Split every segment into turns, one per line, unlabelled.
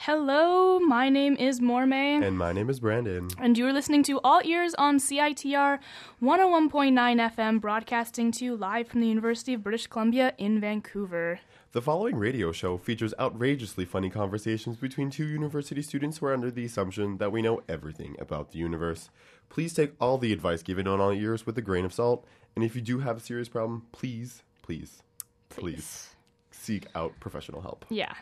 Hello, my name is Mormay,
And my name is Brandon.
and you're listening to All Ears on CITR 101.9 FM, broadcasting to you live from the University of British Columbia in Vancouver.
The following radio show features outrageously funny conversations between two university students who are under the assumption that we know everything about the universe. Please take all the advice given on all ears with a grain of salt, and if you do have a serious problem, please, please, please seek out professional help.
Yeah.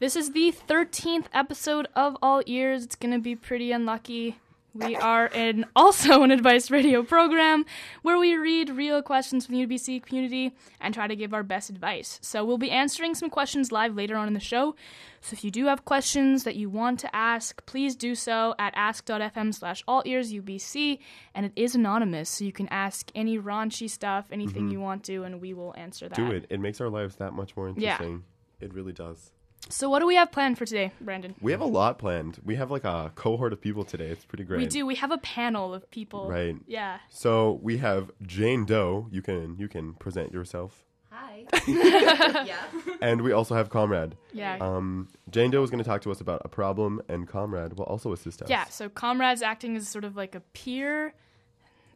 This is the 13th episode of All Ears. It's going to be pretty unlucky. We are in also an advice radio program where we read real questions from the UBC community and try to give our best advice. So we'll be answering some questions live later on in the show. So if you do have questions that you want to ask, please do so at ask.fm slash all ears UBC. And it is anonymous, so you can ask any raunchy stuff, anything you want to, and we will answer that.
Mm-hmm. Do it. It makes our lives that much more
Yeah.
interesting. It really does.
So what do we have planned for today, Brandon?
We have a lot planned. We have like a cohort of people today. It's pretty great.
We do. We have a panel of people.
Right.
Yeah.
So we have Jane Doe. You can you can present yourself.
Hi. yeah.
And we also have Comrade.
Yeah.
Um, Jane Doe is going to talk to us about a problem, and Comrade will also assist us.
yeah. So comrades acting as sort of like a peer,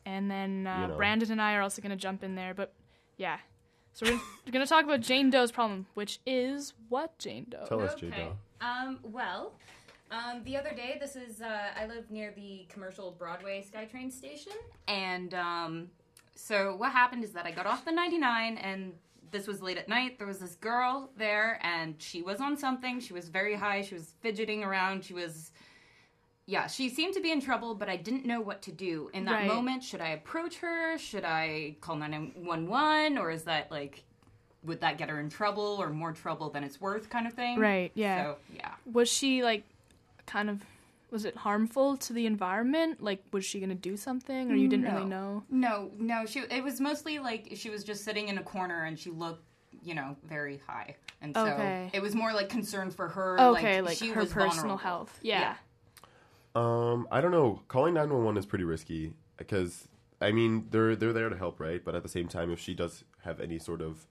and then uh,
You know.
Brandon and I are also going to jump in there. But yeah. So we're, we're going to talk about Jane Doe's problem, which is what Jane Doe.
Tell us, Jane Doe.
Um, well, um, the other day, this is, uh, I live near the commercial Broadway SkyTrain station. And um, so what happened is that I got off the 99 and this was late at night. There was this girl there and she was on something. She was very high. She was fidgeting around. She was. Yeah, she seemed to be in trouble, but I didn't know what to do in that
Right.
moment. Should I approach her? Should I call 911? Or is that like, would that get her in trouble or more trouble than it's worth kind of thing?
Right. Yeah.
So, yeah.
Was she like, kind of, was it harmful to the environment? Like, was she going to do something, or you didn't really know?
No, no. She it was mostly like she was just sitting in a corner and she looked, you know, very high, and so
Okay.
it was more like concern for her.
Okay,
like,
like,
she
her
was
personal
vulnerable.
health. Yeah.
Um, I don't know. Calling nine one one is pretty risky because I mean they're they're there to help, right? But at the same time, if she does have any sort of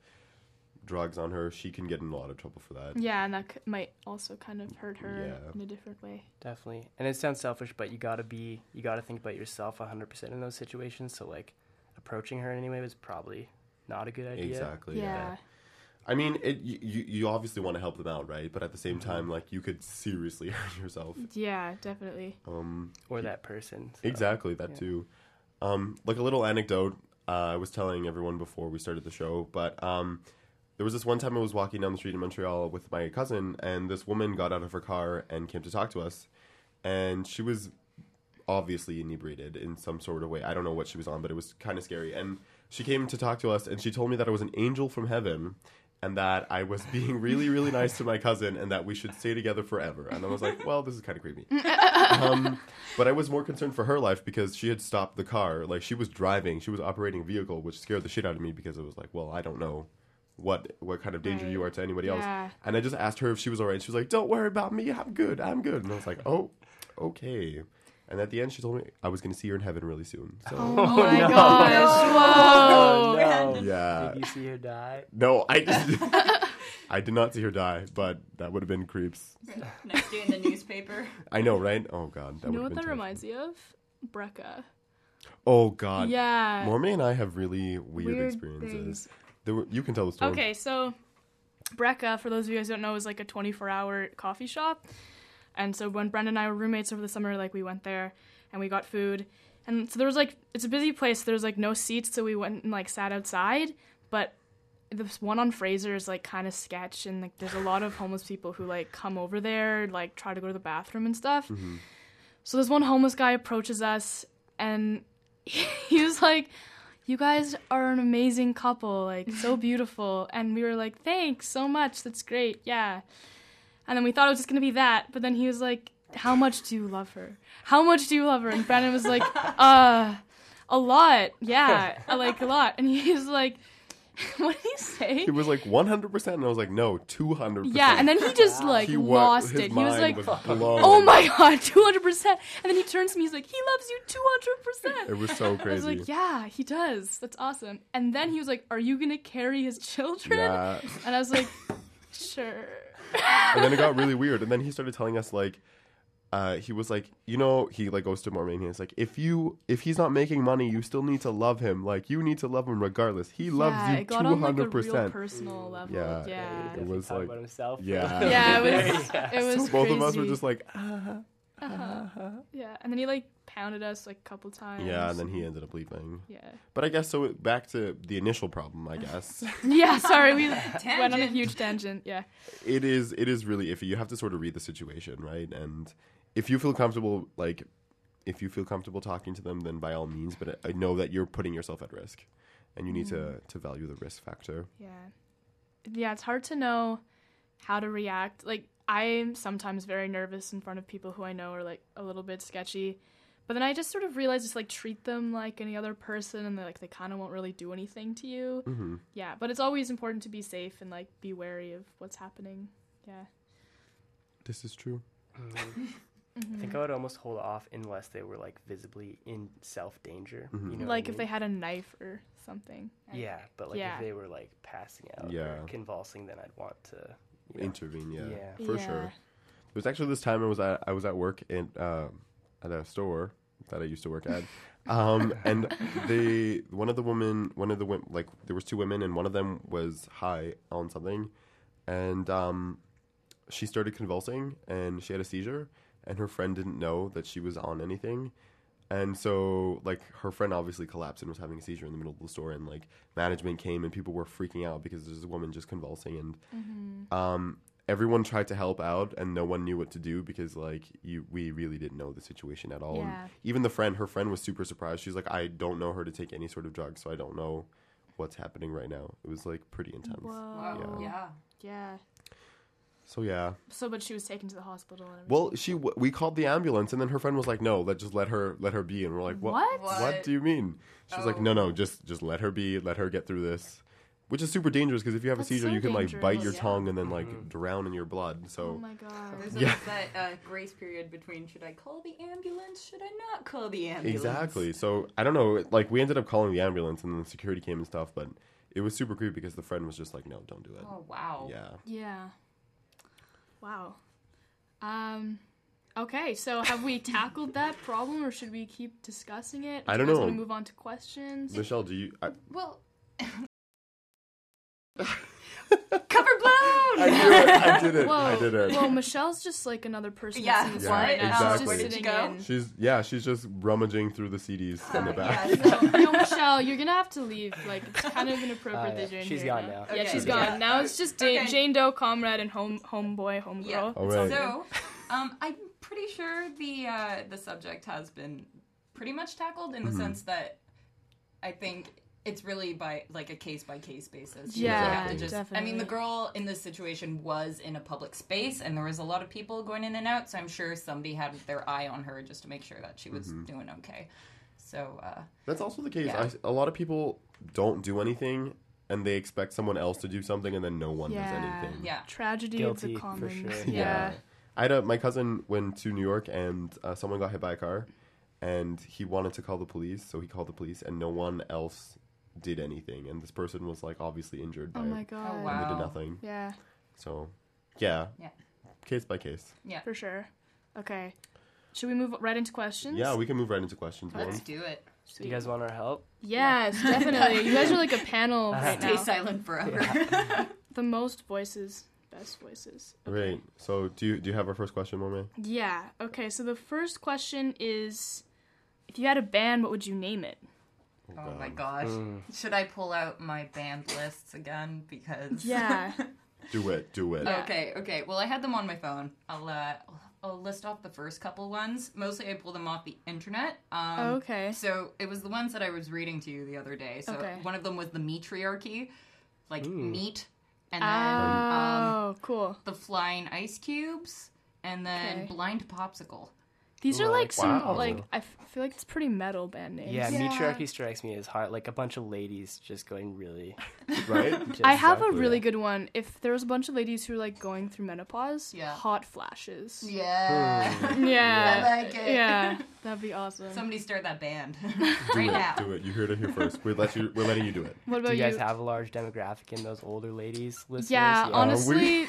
drugs on her, she can get in a lot of trouble for that.
Yeah, and that c- might also kind of hurt her
Yeah.
in a different way.
Definitely. And it sounds selfish, but you gotta be, you gotta think about yourself 100% in those situations. So, like, approaching her in any way was probably not a good idea.
Exactly.
yeah.
I mean, it, you you you obviously want to help them out, right? But at the same time, like you could seriously hurt yourself.
Yeah, definitely.
Um,
Or that person. so-
Exactly, that too. Um, like a little anecdote uh, I was telling everyone before we started the show, but um, there was this one time I was walking down the street in Montreal with my cousin, and this woman got out of her car and came to talk to us. And she was obviously inebriated in some sort of way. I don't know what she was on, but it was kind of scary. And she came to talk to us, and she told me that I was an angel from heaven. And that I was being really, really nice to my cousin, and that we should stay together forever. And I was like, "Well, this is kind of creepy." um, but I was more concerned for her life because she had stopped the car. Like she was driving, she was operating a vehicle, which scared the shit out of me because it was like, well, I don't know what what kind of danger you
Right.
are to anybody
Yeah.
else. And I just asked her if she was alright. She was like, "Don't worry about me. I'm good. I'm good." And I was like, "Oh, okay." And at the end, she told me I was going to see her in heaven really soon. So
Oh my
no.
gosh! Whoa!
Oh, no.
yeah,
Did you see her die?
no, I I did not see her die, but that would have been creeps.
Next day in the newspaper.
I know, right? Oh god, that
You
would
know what
have been
that
terrifying.
reminds me of? Brecca.
Oh god,
yeah.
Mormon and I have really weird,
Weird
experiences. There were, you can tell the story.
Okay, so Brecca, for those of you guys who don't know, is like a 24 hour coffee shop. And so when Brenda and I were roommates over the summer, like we went there and we got food. And so there was like, it's a busy place. There's like no seats, so we went and like sat outside. But this one on Fraser is like kind of sketch, and like there's a lot of homeless people who like come over there, like try to go to the bathroom and stuff. So this one homeless guy approaches us, and he was like, you guys are an amazing couple, like so beautiful. And we were like, thanks so much. That's great. Yeah. And then we thought it was just going to be that. But then he was like, how much do you love her? How much do you love her? And Brandon was like, uh, a lot. Yeah. I like a lot. And he was like, what did he say?
It was like 100%, and I was like, no, 200%.
Yeah. And then he just like
He wa-
lost
his
it. He
Mind
was like,
blown.
oh my God, 200%. And then he turns to me. He's like, he loves you 200%.
It was so
I was
crazy.
like, yeah, he does. That's awesome. And then he was like, are you going to carry his children?
Yeah.
And I was like, sure.
and then it got really weird. And then he started telling us like, uh, he was like, you know, he like goes to Mormon. He's like, if you if he's not making money, you still need to love him. Like you need to love him regardless. He loves
yeah,
you
it got
two
on like a
hundred
real
percent.
personal level.
Yeah.
Yeah.
It
Definitely
was
talk
like-
about himself.
Yeah.
Yeah, it was. It was.
Both of us
crazy.
were
Uh-huh.
just like, "Uh-huh."
Yeah, and then he like pounded us like a couple times.
yeah. And then he ended up leaving.
Yeah.
But I guess so. it- Back to the initial problem. I guess
Yeah. Sorry, we went on a
Tangent.
huge tangent. Yeah.
it is. It is really iffy. You have to sort of read the situation, right? And if you feel comfortable, like. If you feel comfortable talking to them, then by all means. But I I know that you're putting yourself at risk, and you need to, to value the risk factor.
Yeah. Yeah, it's hard to know how to react. Like, I'm sometimes very nervous in front of people who I know are like a little bit sketchy. But then I just sort of realize just like treat them like any other person and they like they kind of won't really do anything to you.
hmm
Yeah, but it's always important to be safe and like be wary of what's happening. Yeah.
This is true.
Mm-hmm.
Mm-hmm.
I think I would almost hold off unless they were like visibly in self danger.
Mm-hmm.
You know, what I
like if they
mean?
had a knife or something.
Yeah, but like
Yeah.
if they were like passing out
Yeah.
or convulsing, then I'd want to. you know.
Intervene, yeah,
Yeah.
for
Yeah.
sure. It was actually this time I was at I was at work in um at a store that I used to work at, um, and they one of the women one of the women like there was two women and one of them was high on something, and um, she started convulsing and she had a seizure and her friend didn't know that she was on anything. And so, like, her friend obviously collapsed and was having a seizure in the middle of the store, and like, management came and people were freaking out because there's a woman just convulsing, and um, everyone tried to help out, and no one knew what to do because like, you we really didn't know the situation at all.
Yeah.
And even the friend, her friend was super surprised. She's like, I don't know her to take any sort of drug, so I don't know what's happening right now. It was like pretty intense.
Whoa.
Wow.
Oh. Yeah.
Yeah.
So yeah,
So, but she was taken to the hospital and everything.
well, she w- we called the ambulance, and then her friend was like, "No, let just let her let her be," and we're like, "What?"
What?
What?
What do you mean? She's like,
Oh.
no, no, just just let her be, let her get through this, which is super dangerous because if you have
That's
a seizure,
so
you can like bite your
dangerous.
tongue and then like
Mhm.
drown in your blood.
Oh
So
my god.
There's
Yeah.
always that uh, grace period between should I call the ambulance? Should I not call the ambulance?
exactly. So I don't know. Like we ended up calling the ambulance and then the security came and stuff, but it was super creepy because the friend was just like, no, don't do it.
Oh wow.
Yeah.
Yeah. Wow. Um okay, so have we tackled that problem or should we keep discussing it?
I don't
Do you guys
know.
wanna move on to questions.
Michelle, do you? I,
Well. Cover blown.
I, knew it. I did it.
Whoa.
I did it.
Whoa, Michelle's just like another person
Yeah.
that's in the
Yeah,
front now.
exactly. Where
Just
did
sitting
you go?
in.
She's yeah. She's just rummaging through the CDs in the
Uh,
back.
yeah, so-
No, Michelle, you're gonna have to leave. Like, it's kind of inappropriate
Uh,
that you're in
she's
here
gone
now.
now.
Yeah,
Okay.
she's
Yeah.
gone. Now it's just Da-
Okay.
Jane Doe, comrade, and home homeboy, homegirl.
Yeah.
All
It's
right.
So, um, I'm pretty sure the uh, the subject has been pretty much tackled in
Mm-hmm.
the sense that I think it's really by like a case by case basis. You
Yeah,
have to
Exactly.
definitely.
I mean, the girl in this situation was in a public space, and there was a lot of people going in and out. So I'm sure somebody had their eye on her just to make sure that she was
Mm-hmm.
doing okay. So uh,
That's also the case.
Yeah.
I- A lot of people don't do anything and they expect someone else to do something and then no one
Yeah.
does anything.
yeah,
tragedy
Guilty,
of
for
the common.
sure.
Yeah.
I had a, my cousin went to New York and uh, someone got hit by a car and he wanted to call the police, so he called the police and no one else did anything. And this person was like obviously injured by
Oh my
it.
god.
And
Oh,
they did
Wow.
nothing.
Yeah,
So, yeah.
Yeah.
Case by case.
for sure. Okay. Should we move right into questions?
Yeah, we can move right into questions.
let's
Lauren.
do it.
Do you guys want our help?
Yes, definitely. You guys are like a panel
Uh-huh.
right
Stay
now.
silent forever.
The most voices, best voices.
Right. So, do you, do you have our first question, Mormon?
Yeah. Okay. So the first question is, if you had a band, what would you name it?
Oh my gosh. Should I pull out my band lists again? Because.
Yeah.
Do it. Do it.
Yeah.
okay, okay. Well, I had them on my phone. I'll, uh, I'll list off the first couple ones. Mostly I pulled them off the internet. Um,
okay.
So it was the ones that I was reading to you the other day. So
Okay.
one of them was the metriarchy, like meat, and then
Oh, cool.
the flying ice cubes, and then
Okay.
blind popsicle.
These are like some
Wow.
like I f- feel like it's pretty metal band names.
Yeah,
Yeah.
Meteorarchy strikes me as hard. Like a bunch of ladies just going really.
Right?
Just
I have a
Exactly.
really good one. If there was a bunch of ladies who were like going through menopause,
Yeah.
hot flashes.
Yeah.
Yeah.
I like it.
Yeah, that'd be awesome.
Somebody start that band
Do
right
it.
now.
Do it. You heard it here first. We let you. We're letting you do it.
what about
Do you guys have a large demographic in those older ladies listeners?
Yeah,
honest-
honestly,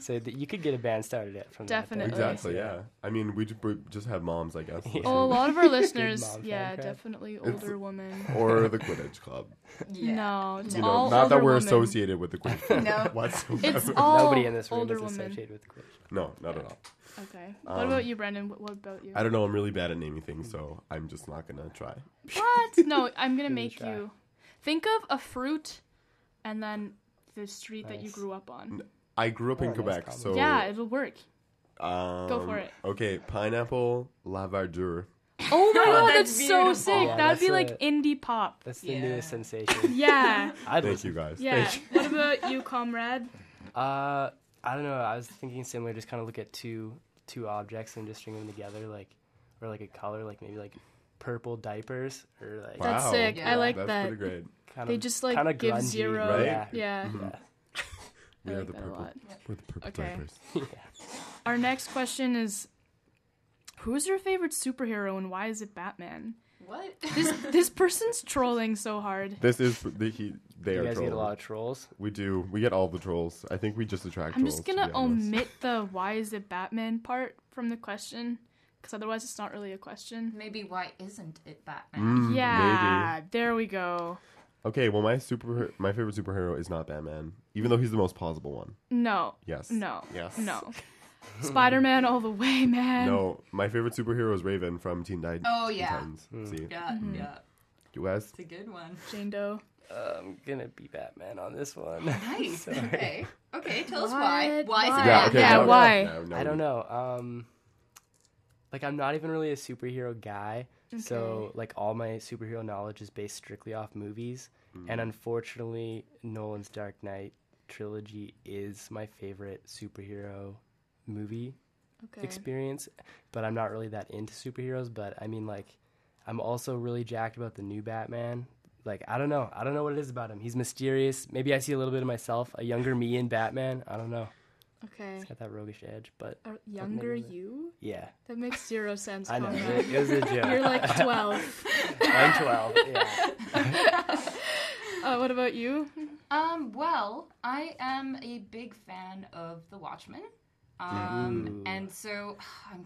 so that you could get a band started at from
Definitely.
That though.
Exactly. Yeah. I mean, we just, we just have moms, I guess.
Yeah.
Oh, a lot of our listeners,
mom
yeah,
fan crowd.
definitely
It's-
older women.
Or the Quidditch Club.
No, it's
You know,
all
not that
older
we're
women.
associated with the Quidditch Club
No.
whatsoever.
It's all
Nobody in this room
older
is
women.
associated with Quidditch.
no, not at all.
Okay. What about you, Brendan? What, what about you?
I don't know. I'm really bad at naming things, so I'm just not gonna try.
What? No, I'm gonna
me a
make
try.
you think of a fruit, and then the street that you
Nice.
grew up on.
I grew up
Oh,
in
nice
Quebec,
combo.
so
yeah, it'll work.
um,
Go for it.
Okay, pineapple lavardure.
Oh my god,
that's
that's, so
beautiful.
sick.
Yeah,
That'd
that's
be like
a-
indie pop.
That's the
Yeah.
newest sensation.
Yeah,
I'd
Thank
listen.
you guys.
yeah.
Thank you.
What about you, comrade?
Uh, I don't know. I was thinking similar. Just kind of look at two two objects and just string them together, like or like a color, like maybe like purple diapers or like
Wow. That's sick.
I
like
That's
that.
pretty great.
kind
They
of
just like
kinda
give
grungy, Mm-hmm.
zero.
Right?
Yeah.
Yeah,
Mhm.
Yeah.
I
We are
like
the
that a
purple.
lot.
We're the purple
Okay.
diapers.
Our next question is. Who's your favorite superhero and why is it Batman?
What?
This this person's trolling so hard.
This is the he. They
You
are
guys
trolls.
get a lot of trolls.
We do. We get all the trolls. I think we just attract.
I'm
trolls,
just
to
gonna
be honest.
omit the why is it Batman part from the question, because otherwise it's not really a question.
Maybe why isn't it Batman?
Hmm,
Mm,
yeah, there we go.
Maybe. Okay. Well, my super, my favorite superhero is not Batman, even though he's the most plausible one.
No,
Yes.
no,
Yes.
no. Spider Man all the way, man.
No, my favorite superhero is Raven from Teen Titans.
Oh, yeah.
Titans.
Hmm.
See,
Yeah,
Mm-hmm.
yeah.
you guys.
It's a good one.
Jane Doe.
Uh, I'm gonna be Batman on this one.
Nice.
Sorry.
Okay. Okay, tell us
What?
why. Why is it
Why?
Yeah.
Batman?
Okay.
Yeah,
no, no,
why?
no, no,
I don't
we-
know. Um, like I'm not even really a superhero guy, so like all my superhero knowledge is based strictly off movies. And unfortunately, Nolan's Dark Knight trilogy is my favorite superhero movie
Okay.
experience. But I'm not really that into superheroes. But I mean, like, I'm also really jacked about the new Batman. Like, I don't know. I don't know what it is about him. He's mysterious. Maybe I see a little bit of myself, a younger me in Batman. I don't know.
okay.
Got that roguish edge, but
A younger
maybe-
you?
yeah.
That makes zero sense.
I know.
Conrad.
It, it was a joke.
You're like 12.
I'm 12. Yeah.
Uh, what about you?
Um, well, I am a big fan of The Watchmen. Um,
Ooh.
and so I'm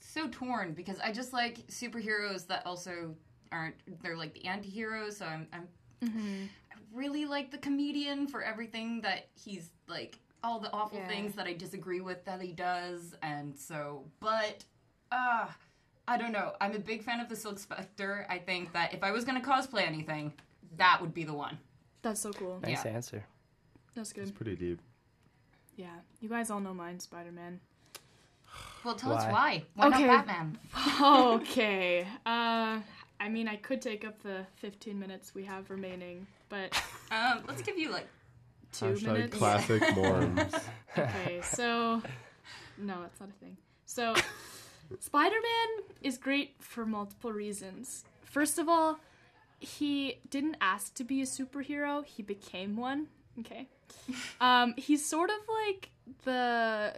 so torn because I just like superheroes that also aren't, they're like the anti heroes. So I'm, I'm I really like the comedian for everything that he's like, all the awful
Yeah.
things that I disagree with that he does. And so, but, ah. I don't know. I'm a big fan of the Silk Spectre. I think that if I was going to cosplay anything, that would be the one.
That's so cool.
Nice
Yeah.
answer.
That's
It's
good.
pretty deep.
Yeah. You guys all know mine, Spider Man.
Well, tell us why. Why
Why?
Okay.
not Batman?
okay. Uh, I mean, I could take up the 15 minutes we have remaining, but
Um, let's give you like
two
Hashtag
minutes.
classic norms.
Okay, so no, that's not a thing. So Spider-Man is great for multiple reasons. First of all, he didn't ask to be a superhero; he became one. Okay, um, he's sort of like the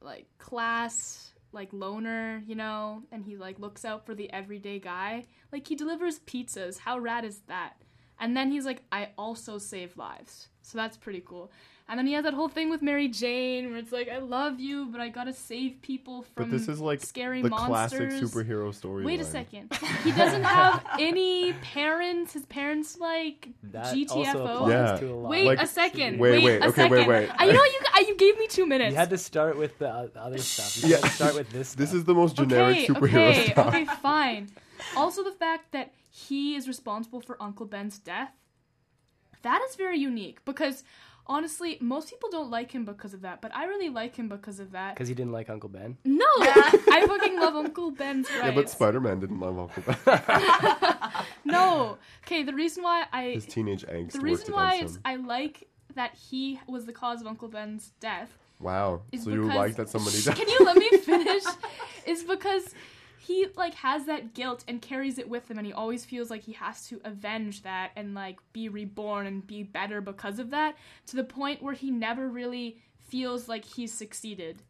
like class like loner, you know, and he like looks out for the everyday guy. Like he delivers pizzas. How rad is that? And then he's like, I also save lives. So that's pretty cool. And then he has that whole thing with Mary Jane where it's like, I love you, but I gotta save people from
But this is like
scary
the
monsters.
classic superhero story.
Wait a second. He doesn't have any parents. His parents like
That also
GTFO.
applies
Yeah.
to a lot.
Wait
Like-
a second.
Wait,
Wait,
wait,
a
okay, wait,
second.
wait.
Uh, you know what? You, uh, you gave me two minutes.
You had to start with the o- other stuff. You
Yeah.
had to start with this.
This
stuff.
is the most generic
okay,
superhero
okay,
stuff.
okay, fine. Also, the fact that he is responsible for Uncle Ben's death, that is very unique because honestly, most people don't like him because of that, but I really like him because of that.
because he didn't like Uncle Ben.
No, I fucking love Uncle Ben's rights.
Yeah, but Spider Man didn't love Uncle Ben.
no, okay. The reason why I
His teenage angst.
the
worked
reason why
against
it's,
him.
I like that he was the cause of Uncle Ben's death
Wow.
is
So you
because-
like that somebody
Can you let me finish? is because he like has that guilt and carries it with him and he always feels like he has to avenge that and like be reborn and be better because of that to the point where he never really feels like he's succeeded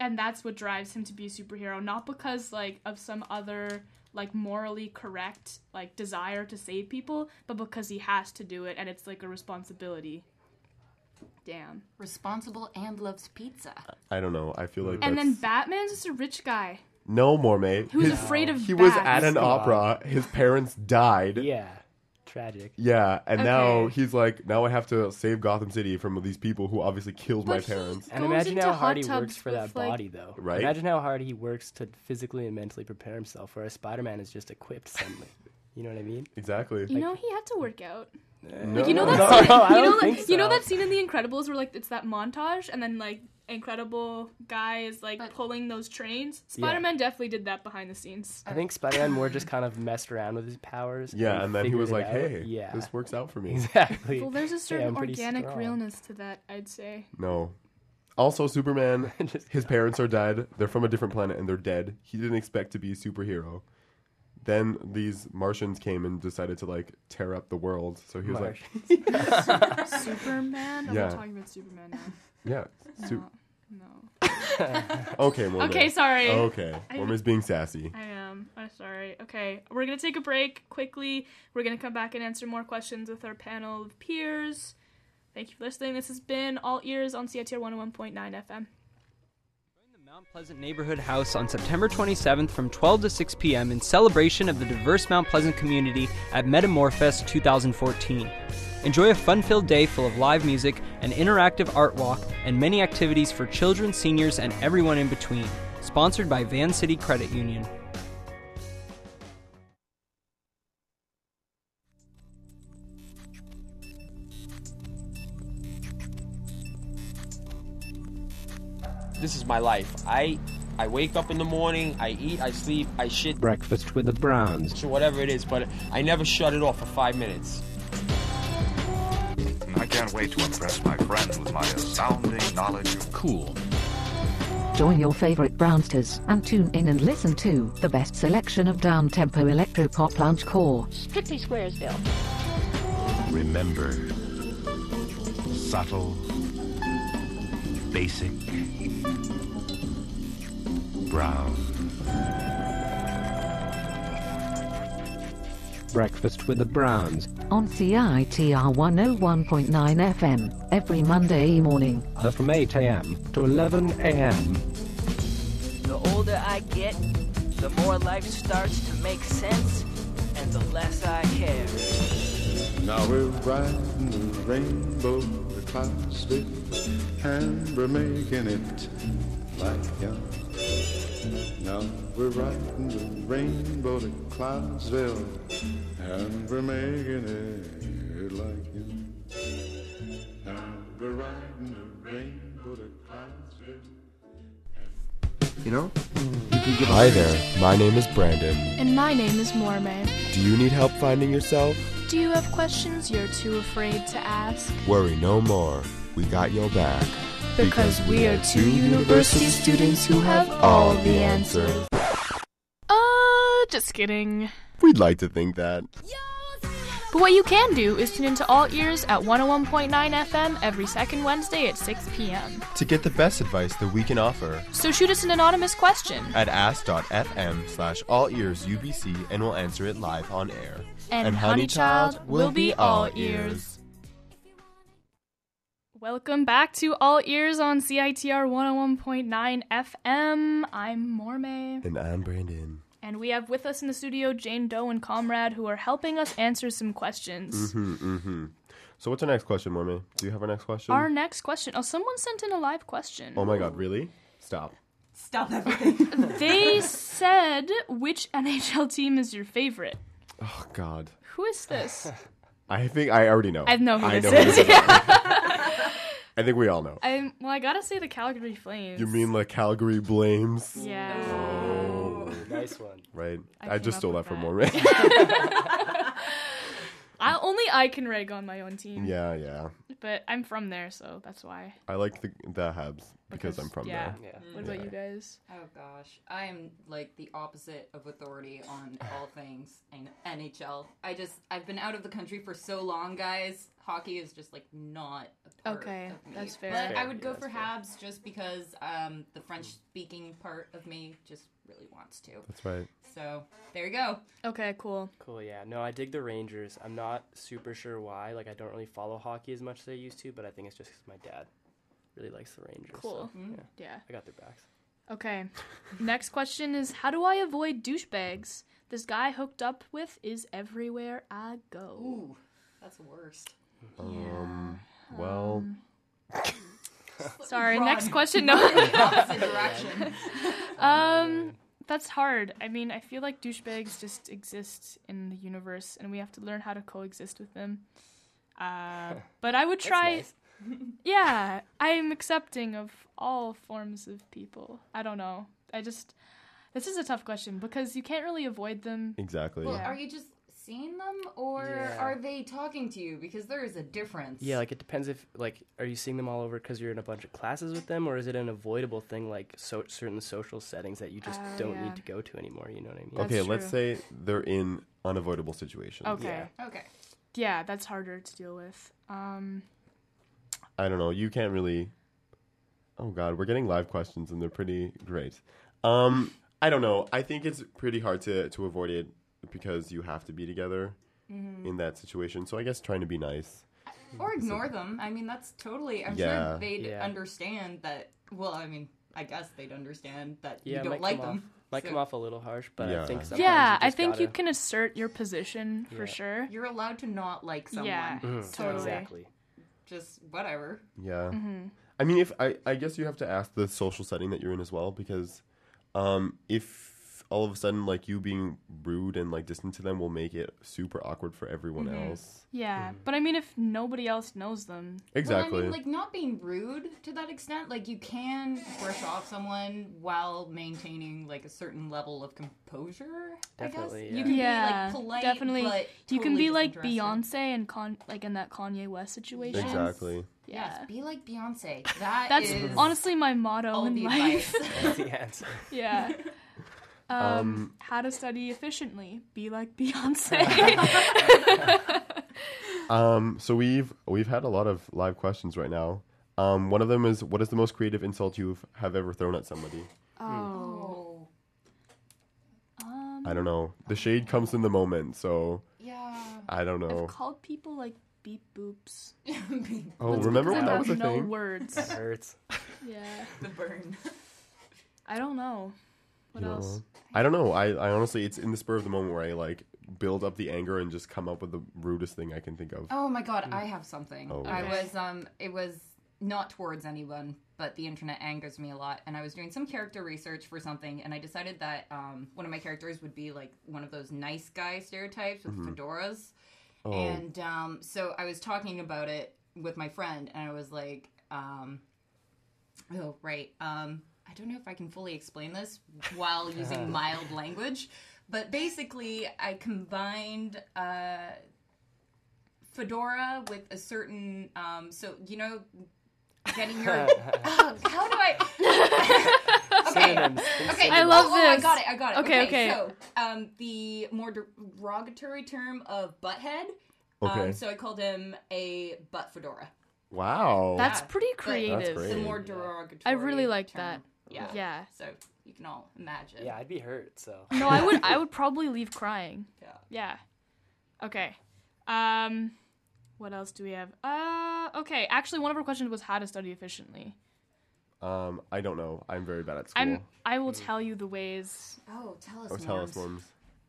and that's what drives him to be a superhero not because like of some other like morally correct like desire to save people but because he has to do it and it's like a responsibility Damn.
Responsible and loves pizza.
I don't know. I feel like
And
that's...
then Batman's just a rich guy
no more, mate.
who's
His-
afraid of
He
bats.
was at an
Wow.
opera. His parents died.
Yeah. Tragic.
Yeah, and now
Okay.
he's like, now I have to save Gotham City from these people who obviously killed my
But he-
parents.
And
Goes
imagine
into
how
hot
hard he
tubs
works for
with,
that
like-
body, though.
Right?
Imagine how hard he works to physically and mentally prepare himself, whereas Spider-Man is just equipped suddenly. you know what I mean?
Exactly.
You know, he had to work out.
No.
You know that scene,
No, I
you, know,
don't
like,
think
you know
so.
that scene in The Incredibles where like it's that montage and then like Incredible guy is like
But-
pulling those trains.
Yeah.
Spider Man definitely did that behind the scenes.
I think Spider-Man more just kind of messed around with his powers.
Yeah, and then he
figured
was
it
like,
out.
"Hey,
yeah,
this works out for me."
exactly."
Well, there's a certain
I'm pretty
organic
strong.
realness to that, I'd say.
No. Also, Superman,
Just-
his parents are dead. They're from a different planet and they're dead. He didn't expect to be a superhero. Then these Martians came and decided to like tear up the world. So he was
Marsh.
Superman? I'm
Yeah.
not talking about Superman now.
like, "Yeah, su-
No. no.
okay, Mormon.
Okay, sorry.
okay."
I-
Mormon's being sassy.
I am. I'm sorry. Okay, we're gonna take a break quickly. We're gonna come back and answer more questions with our panel of peers. Thank you for listening. This has been All Ears on CITR 101.9 FM.
Join the Mount Pleasant Neighborhood House on September 27th from 12 to 6 p.m. in celebration of the diverse Mount Pleasant community at Metamorphfest 2014. Enjoy a fun filled day full of live music, an interactive art walk, and many activities for children, seniors, and everyone in between. Sponsored by Van City Credit Union.
this is my life. I I wake up in the morning, I eat, I sleep, I shit,
Breakfast with the Browns.
or whatever it is, but I never shut it off for five minutes.
I can't wait to impress my friends with my astounding knowledge of cool.
Join your favorite brownsters and tune in and listen to the best selection of down-tempo electropop lounge core.
Strictly Squaresville.
Remember, subtle, basic, brown.
Breakfast with the Browns.
On CITR 101.9 FM, every Monday morning.
Uh, From 8 a.m. to 11 a.m.
The older I get, the more life starts to make sense, and the less I care.
Now we're riding the rainbow across it, and we're making it like young. Now we're riding the rainbow to Clydesdale, and we're making it like young. Now we're riding the rainbow to Clydesdale.
You know? Hi there. My name is Brandon.
And my name is Mormon.
Do you need help finding yourself?
Do you have questions you're too afraid to ask?
Worry no more. We got your back.
Because we are two university students who have all the answers.
Uh, just kidding.
We'd like to think that.
But what you can do is tune into All Ears at 101.9 FM every second Wednesday at 6 p.m.
To get the best advice that we can offer
So shoot us an anonymous question.
at ask.fm slash all ears UBC and we'll answer it live on air.
And Honey Child will be all ears. Welcome back to All Ears on CITR 101.9 FM. I'm Mormay.
And I'm Brandon.
And we have with us in the studio Jane Doe and Comrade who are helping us answer some questions.
Mm-hmm, mm-hmm. So what's our next question, Mormon? Do you have our next question?
Our next question. Oh, someone sent in a live question.
oh my god, really? Stop.
Stop everything.
They said, which NHL team is your favorite?
Oh god.
Who is this?
I think I already know.
I know who
I
this
know who
is.
this is.
yeah.
I think we all know.
I'm, well, I gotta say the Calgary Flames.
You mean like Calgary blames?
Yeah.
nice one.
Right.
I
I,
came
just
up
stole
with
that from
that.
Mormon.
I, only I can rag on my own team.
yeah, yeah.
But I'm from there, so that's why.
I like the the Habs because, I'm from
yeah.
there.
Yeah.
What about you guys?
Oh gosh, I am like the opposite of authority on all things in NHL. I just I've been out of the country for so long, guys. Hockey is just like not a part
Okay,
of me.
that's fair.
But
Fair,
I would
yeah,
go for
that's
Habs
fair.
just because um, the French speaking part of me just really wants to.
That's right.
So there you go.
Okay, cool.
Cool, yeah. No, I dig the Rangers. I'm not super sure why. Like, I don't really follow hockey as much as I used to, but I think it's just because my dad really likes the Rangers. so,
Cool. Mm.
yeah.
Yeah.
I got their backs.
Okay. Next question is how do I avoid douchebags? This guy hooked up with is everywhere I go.
Ooh, that's worst.
Um, well,
Sorry,
Run.
next question. No.
Run in the opposite direction.
um, that's hard. I mean, I feel like douchebags just exist in the universe, and we have to learn how to coexist with them. Uh, but I would
That's
try.
nice.
yeah, I'm accepting of all forms of people. I don't know. I just. This is a tough question because you can't really avoid them.
exactly.
Well, are you just seeing them or
Yeah.
are they talking to you? Because there is a difference.
Yeah, like, it depends if, like, are you seeing them all over because you're in a bunch of classes with them, or is it an avoidable thing, like, so- certain social settings that you just
Oh,
don't
yeah.
need to go to anymore? You know what I mean?
okay,
That's
let's
true.
say they're in unavoidable situations.
Okay.
Okay.
Yeah, that's harder to deal with. Um,
I don't know. You can't really. Oh God, we're getting live questions and they're pretty great. Um, I don't know. I think it's pretty hard to to avoid it because you have to be together
Mm-hmm.
in that situation. So I guess trying to be nice.
Or ignore them. I mean, that's totally. I'm
Yeah.
sure they'd
Yeah.
understand that. Well, I mean, I guess they'd understand that
Yeah,
you
it
don't
might
like
come
them.
Off, might
So
come off a little harsh, but I
Yeah.
think sometimes
yeah,
you
I
just
think you
gotta-
can assert your position for
Yeah.
sure.
You're allowed to not like someone.
Yeah,
Mm-hmm.
So
totally.
Exactly.
just whatever.
Yeah. I mean, if I I guess you have to ask the social setting that you're in as well because, um, if all of a sudden like you being rude and like distant to them will make it super awkward for everyone else.
Yeah,
Hmm.
but I mean, if nobody else knows them,
Exactly.
Well, I mean, like not being rude to that extent. Like you can brush off someone while maintaining like a certain level of composure. I
Definitely,
guess
yeah.
you can
yeah,
be like polite,
definitely,
but
you can
totally
be like
disinterested.
Beyonce and Con, like in that Kanye West situation.
exactly.
Yeah,
Yes, be like Beyonce. That
that's
is
honestly my motto
all
in
the
life.
advice.
the answer.
yeah. Um, how to study efficiently? Be like Beyonce.
Um, so we've we've had a lot of live questions right now. Um, one of them is, "What is the most creative insult you have ever thrown at somebody?"
oh,
oh,
um,
I don't know. The shade comes in the moment, so
yeah.
I don't
I've
know.
called people like beep boops.
Oh,
That's
remember
because
when
I
that
don't
was a
know
thing?
That
words.
hurts.
yeah,
the burn.
I don't know. What
You don't
else?
know? I don't know. I, I honestly, it's in the spur of the moment where I like build up the anger and just come up with the rudest thing I can think of.
Oh my god, I have something.
Oh.
I
Okay.
was um it was not towards anyone, but the internet angers me a lot and I was doing some character research for something and I decided that um one of my characters would be like one of those nice guy stereotypes with fedoras.
Mm-hmm. Oh.
And um so I was talking about it with my friend and I was like um oh right. Um I don't know if I can fully explain this while using mild language, but basically I combined uh fedora with a certain um so you know getting your oh, how do i okay
Synonyms. Think
okay
I love
oh, oh, i
this.
got it i got it
Okay, okay.
okay so um the more derogatory term of butthead
Oh,
Okay.
um so i called him a butt fedora
Wow.
That's
Yeah.
pretty
But
creative.
That's great.
the
Really?
more derogatory
I really like
term.
that.
yeah
Yeah.
so you can all imagine
Yeah, I'd be hurt. So
No, I would I would probably leave crying.
Yeah.
Yeah. Okay. Um what else do we have? Uh okay, actually one of our questions was how to study efficiently.
um, I don't know. I'm very bad at school.
I'm I will tell you the ways.
oh tell us
oh, tell us
more
ones.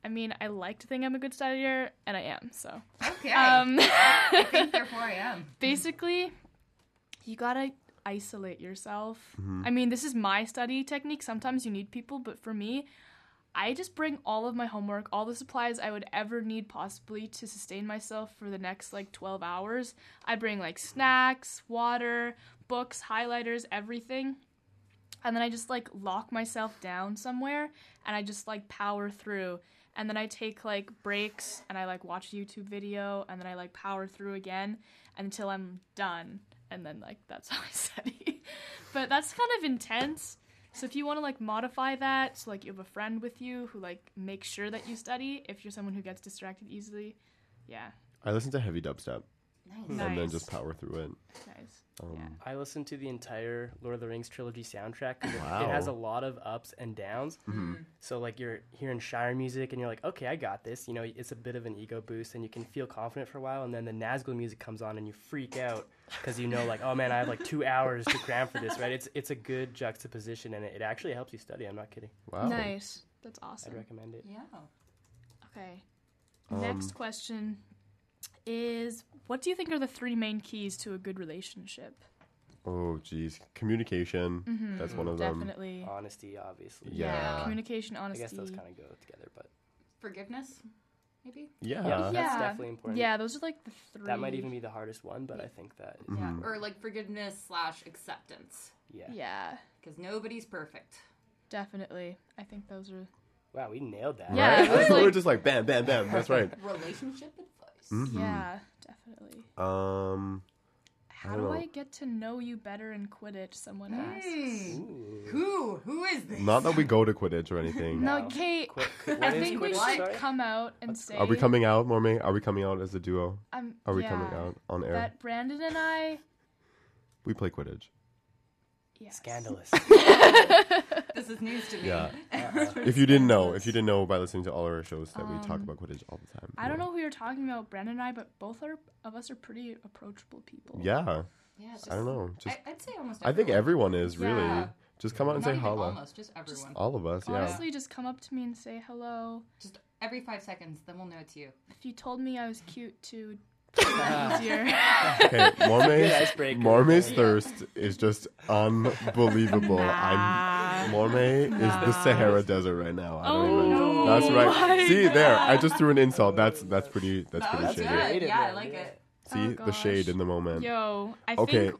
I mean, I like to think I'm a good studier and I am, so.
okay
Um
i think therefore i am
basically you gotta isolate yourself i mean this is my study technique sometimes you need people but for me i just bring all of my homework all the supplies i would ever need possibly to sustain myself for the next like 12 hours i bring like snacks water books highlighters everything and then I just like lock myself down somewhere and I just like power through. And then I take like breaks and I like watch a YouTube video and then I like power through again until I'm done. And then like that's how I study. but that's kind of intense. So if you want to like modify that, so like you have a friend with you who like makes sure that you study if you're someone who gets distracted easily. Yeah.
I listen to heavy dubstep. and then just power through it.
Nice.
Um,
I listened to the entire Lord of the Rings trilogy soundtrack. 'cause it-
Wow.
It has a lot of ups and downs.
Mhm.
So like you're hearing Shire music and you're like, okay, I got this. You know, it's a bit of an ego boost and you can feel confident for a while. And then the Nazgul music comes on and you freak out because you know like, oh man, I have like two hours to cram for this, right? It's it's a good juxtaposition and it, it actually helps you study. I'm not kidding.
Nice. That's awesome.
I'd recommend it.
Yeah.
Okay.
Um,
Next question is what do you think are the three main keys to a good relationship?
oh, geez, communication.
Mm-hmm.
Mhm.
That's one of them. Uh,
Definitely.
Honesty, obviously.
Yeah.
Communication,
I guess
honesty.
those kind of go together, but
Forgiveness, maybe.
Uh-huh. Yeah.
Yeah, that's definitely important.
Yeah, those are like the three.
that might even be the hardest one, but I think that
Yeah,
Mm-hmm.
or like forgiveness slash acceptance.
Yeah.
Yeah.
Because nobody's perfect.
Definitely. I think those are.
Wow, we nailed that.
Yeah, it was
We're
like-
just like bam, bam, bam. That's right.
Relationship advice.
Mhm.
Yeah, definitely.
Um,
How
I don't
do
know.
I get to know you better in Quidditch? Someone asks.
Hmm. Who? Who is this?
Not that we go to Quidditch or anything.
No, Kate. I
what is
think we
Quidditch?
should come out and say.
Are we coming out, Mormé? Are we coming out as a duo?
Um,
Are we
yeah,
coming out on air?
That Brandon and I.
We play Quidditch.
Scandalous.
this is news to me.
Yeah. if you didn't know, if you didn't know by listening to all our shows that we talk
Um,
about Quidditch all the time.
I don't know who you're talking about, Brandon and I, but both are, of us are pretty approachable people.
Yeah.
Yeah, it's
I don't
just-
know. Just
I- I'd say almost
I think
everyone.
everyone is really.
Yeah.
Just come out and
Not
say
even
holla.
almost, just everyone.
all of us. Yeah.
Honestly, just come up to me and say hello.
Just every five seconds, then we'll know it's you.
If you told me I was cute too, it'd be easier.
Okay, Morme's,
icebreaker.
Morme's thirst is just unbelievable. I'm Morme is the Sahara Desert right now. I don't even. that's right.
my
See there, I just threw an insult. That's that's pretty. That's
That
pretty
was
shady.
Oh, good. Yeah, I like it.
See the shade in the moment.
Yo, I
Um, Okay.
think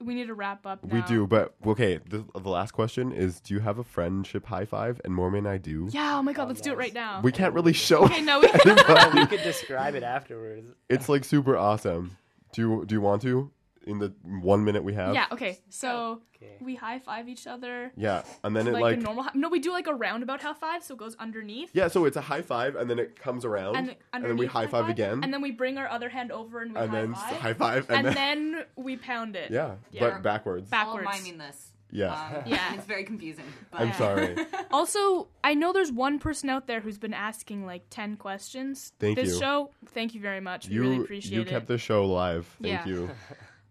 we need to wrap up. Now.
We do, but okay. The, the last question is: Do you have a friendship high five? And Mormon and I do.
Yeah. Oh my god, let's do it right now.
We can't really show.
Okay, no, we-
anybody.
we could describe it afterwards.
It's like super awesome. Do you do you want to in the one minute we have?
Yeah. Okay. So we high five each other.
Yeah, and then
to,
it
like,
like
a normal. hi- No, we do like a roundabout high five, so it goes underneath.
yeah. So it's a high five, and then it comes around,
And
and,
underneath
then we high five again,
And then we bring our other hand over and we
and
high
then
five.
s- high five,
and, then, we pound it.
Yeah, but backwards.
Backwards.
All miming this.
Yeah.
Um,
Yeah.
It's very confusing. But
I'm sorry.
also, I know there's one person out there who's been asking like ten questions.
Thank
this
you.
show, thank you very much.
you
we really appreciate
you
it.
kept the show live.
Yeah.
Thank you.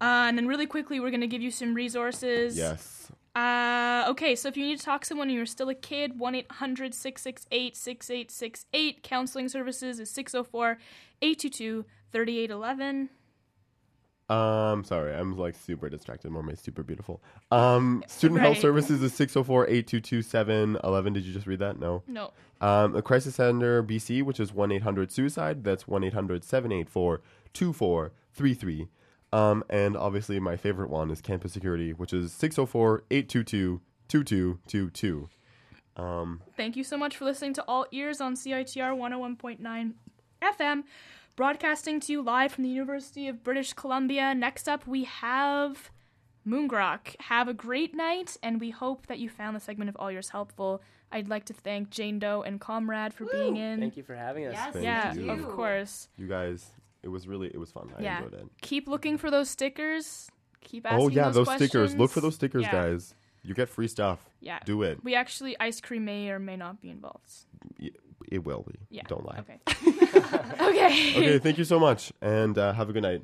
Uh, and then really quickly, we're gonna give you some resources.
yes.
Uh, okay, so if you need to talk to someone and you're still a kid, 1 800 668 6868. Counseling services is 604 822 3811.
Um, sorry, I'm like super distracted. Mormon super beautiful. Um, student health
Right.
services is 604-8227-11. Did you just read that? No.
No.
Um, the crisis center BC, which is 1-800-SUICIDE. That's 1-800-784-2433. Um, and obviously my favorite one is campus security, which is 604-822-2222. Um,
Thank you so much for listening to All Ears on CITR 101.9 FM, broadcasting to you live from the University of British Columbia. Next up, we have Moongrok. Have a great night, and we hope that you found the segment of All Ears helpful. I'd like to thank Jane Doe and Comrade for being in.
Thank you for having us.
thank
yeah,
you.
of course.
You guys, it was really, it was fun. I
yeah.
enjoyed it.
Keep looking for those stickers. Keep asking
Oh yeah,
those,
those, stickers. Look for those
questions.
stickers,
Yeah.
guys. You get free stuff.
Yeah.
Do it.
We actually ice cream may or may not be involved.
Y- It will be.
Yeah.
Don't lie.
Okay. okay.
okay, thank you so much and uh, have a good night.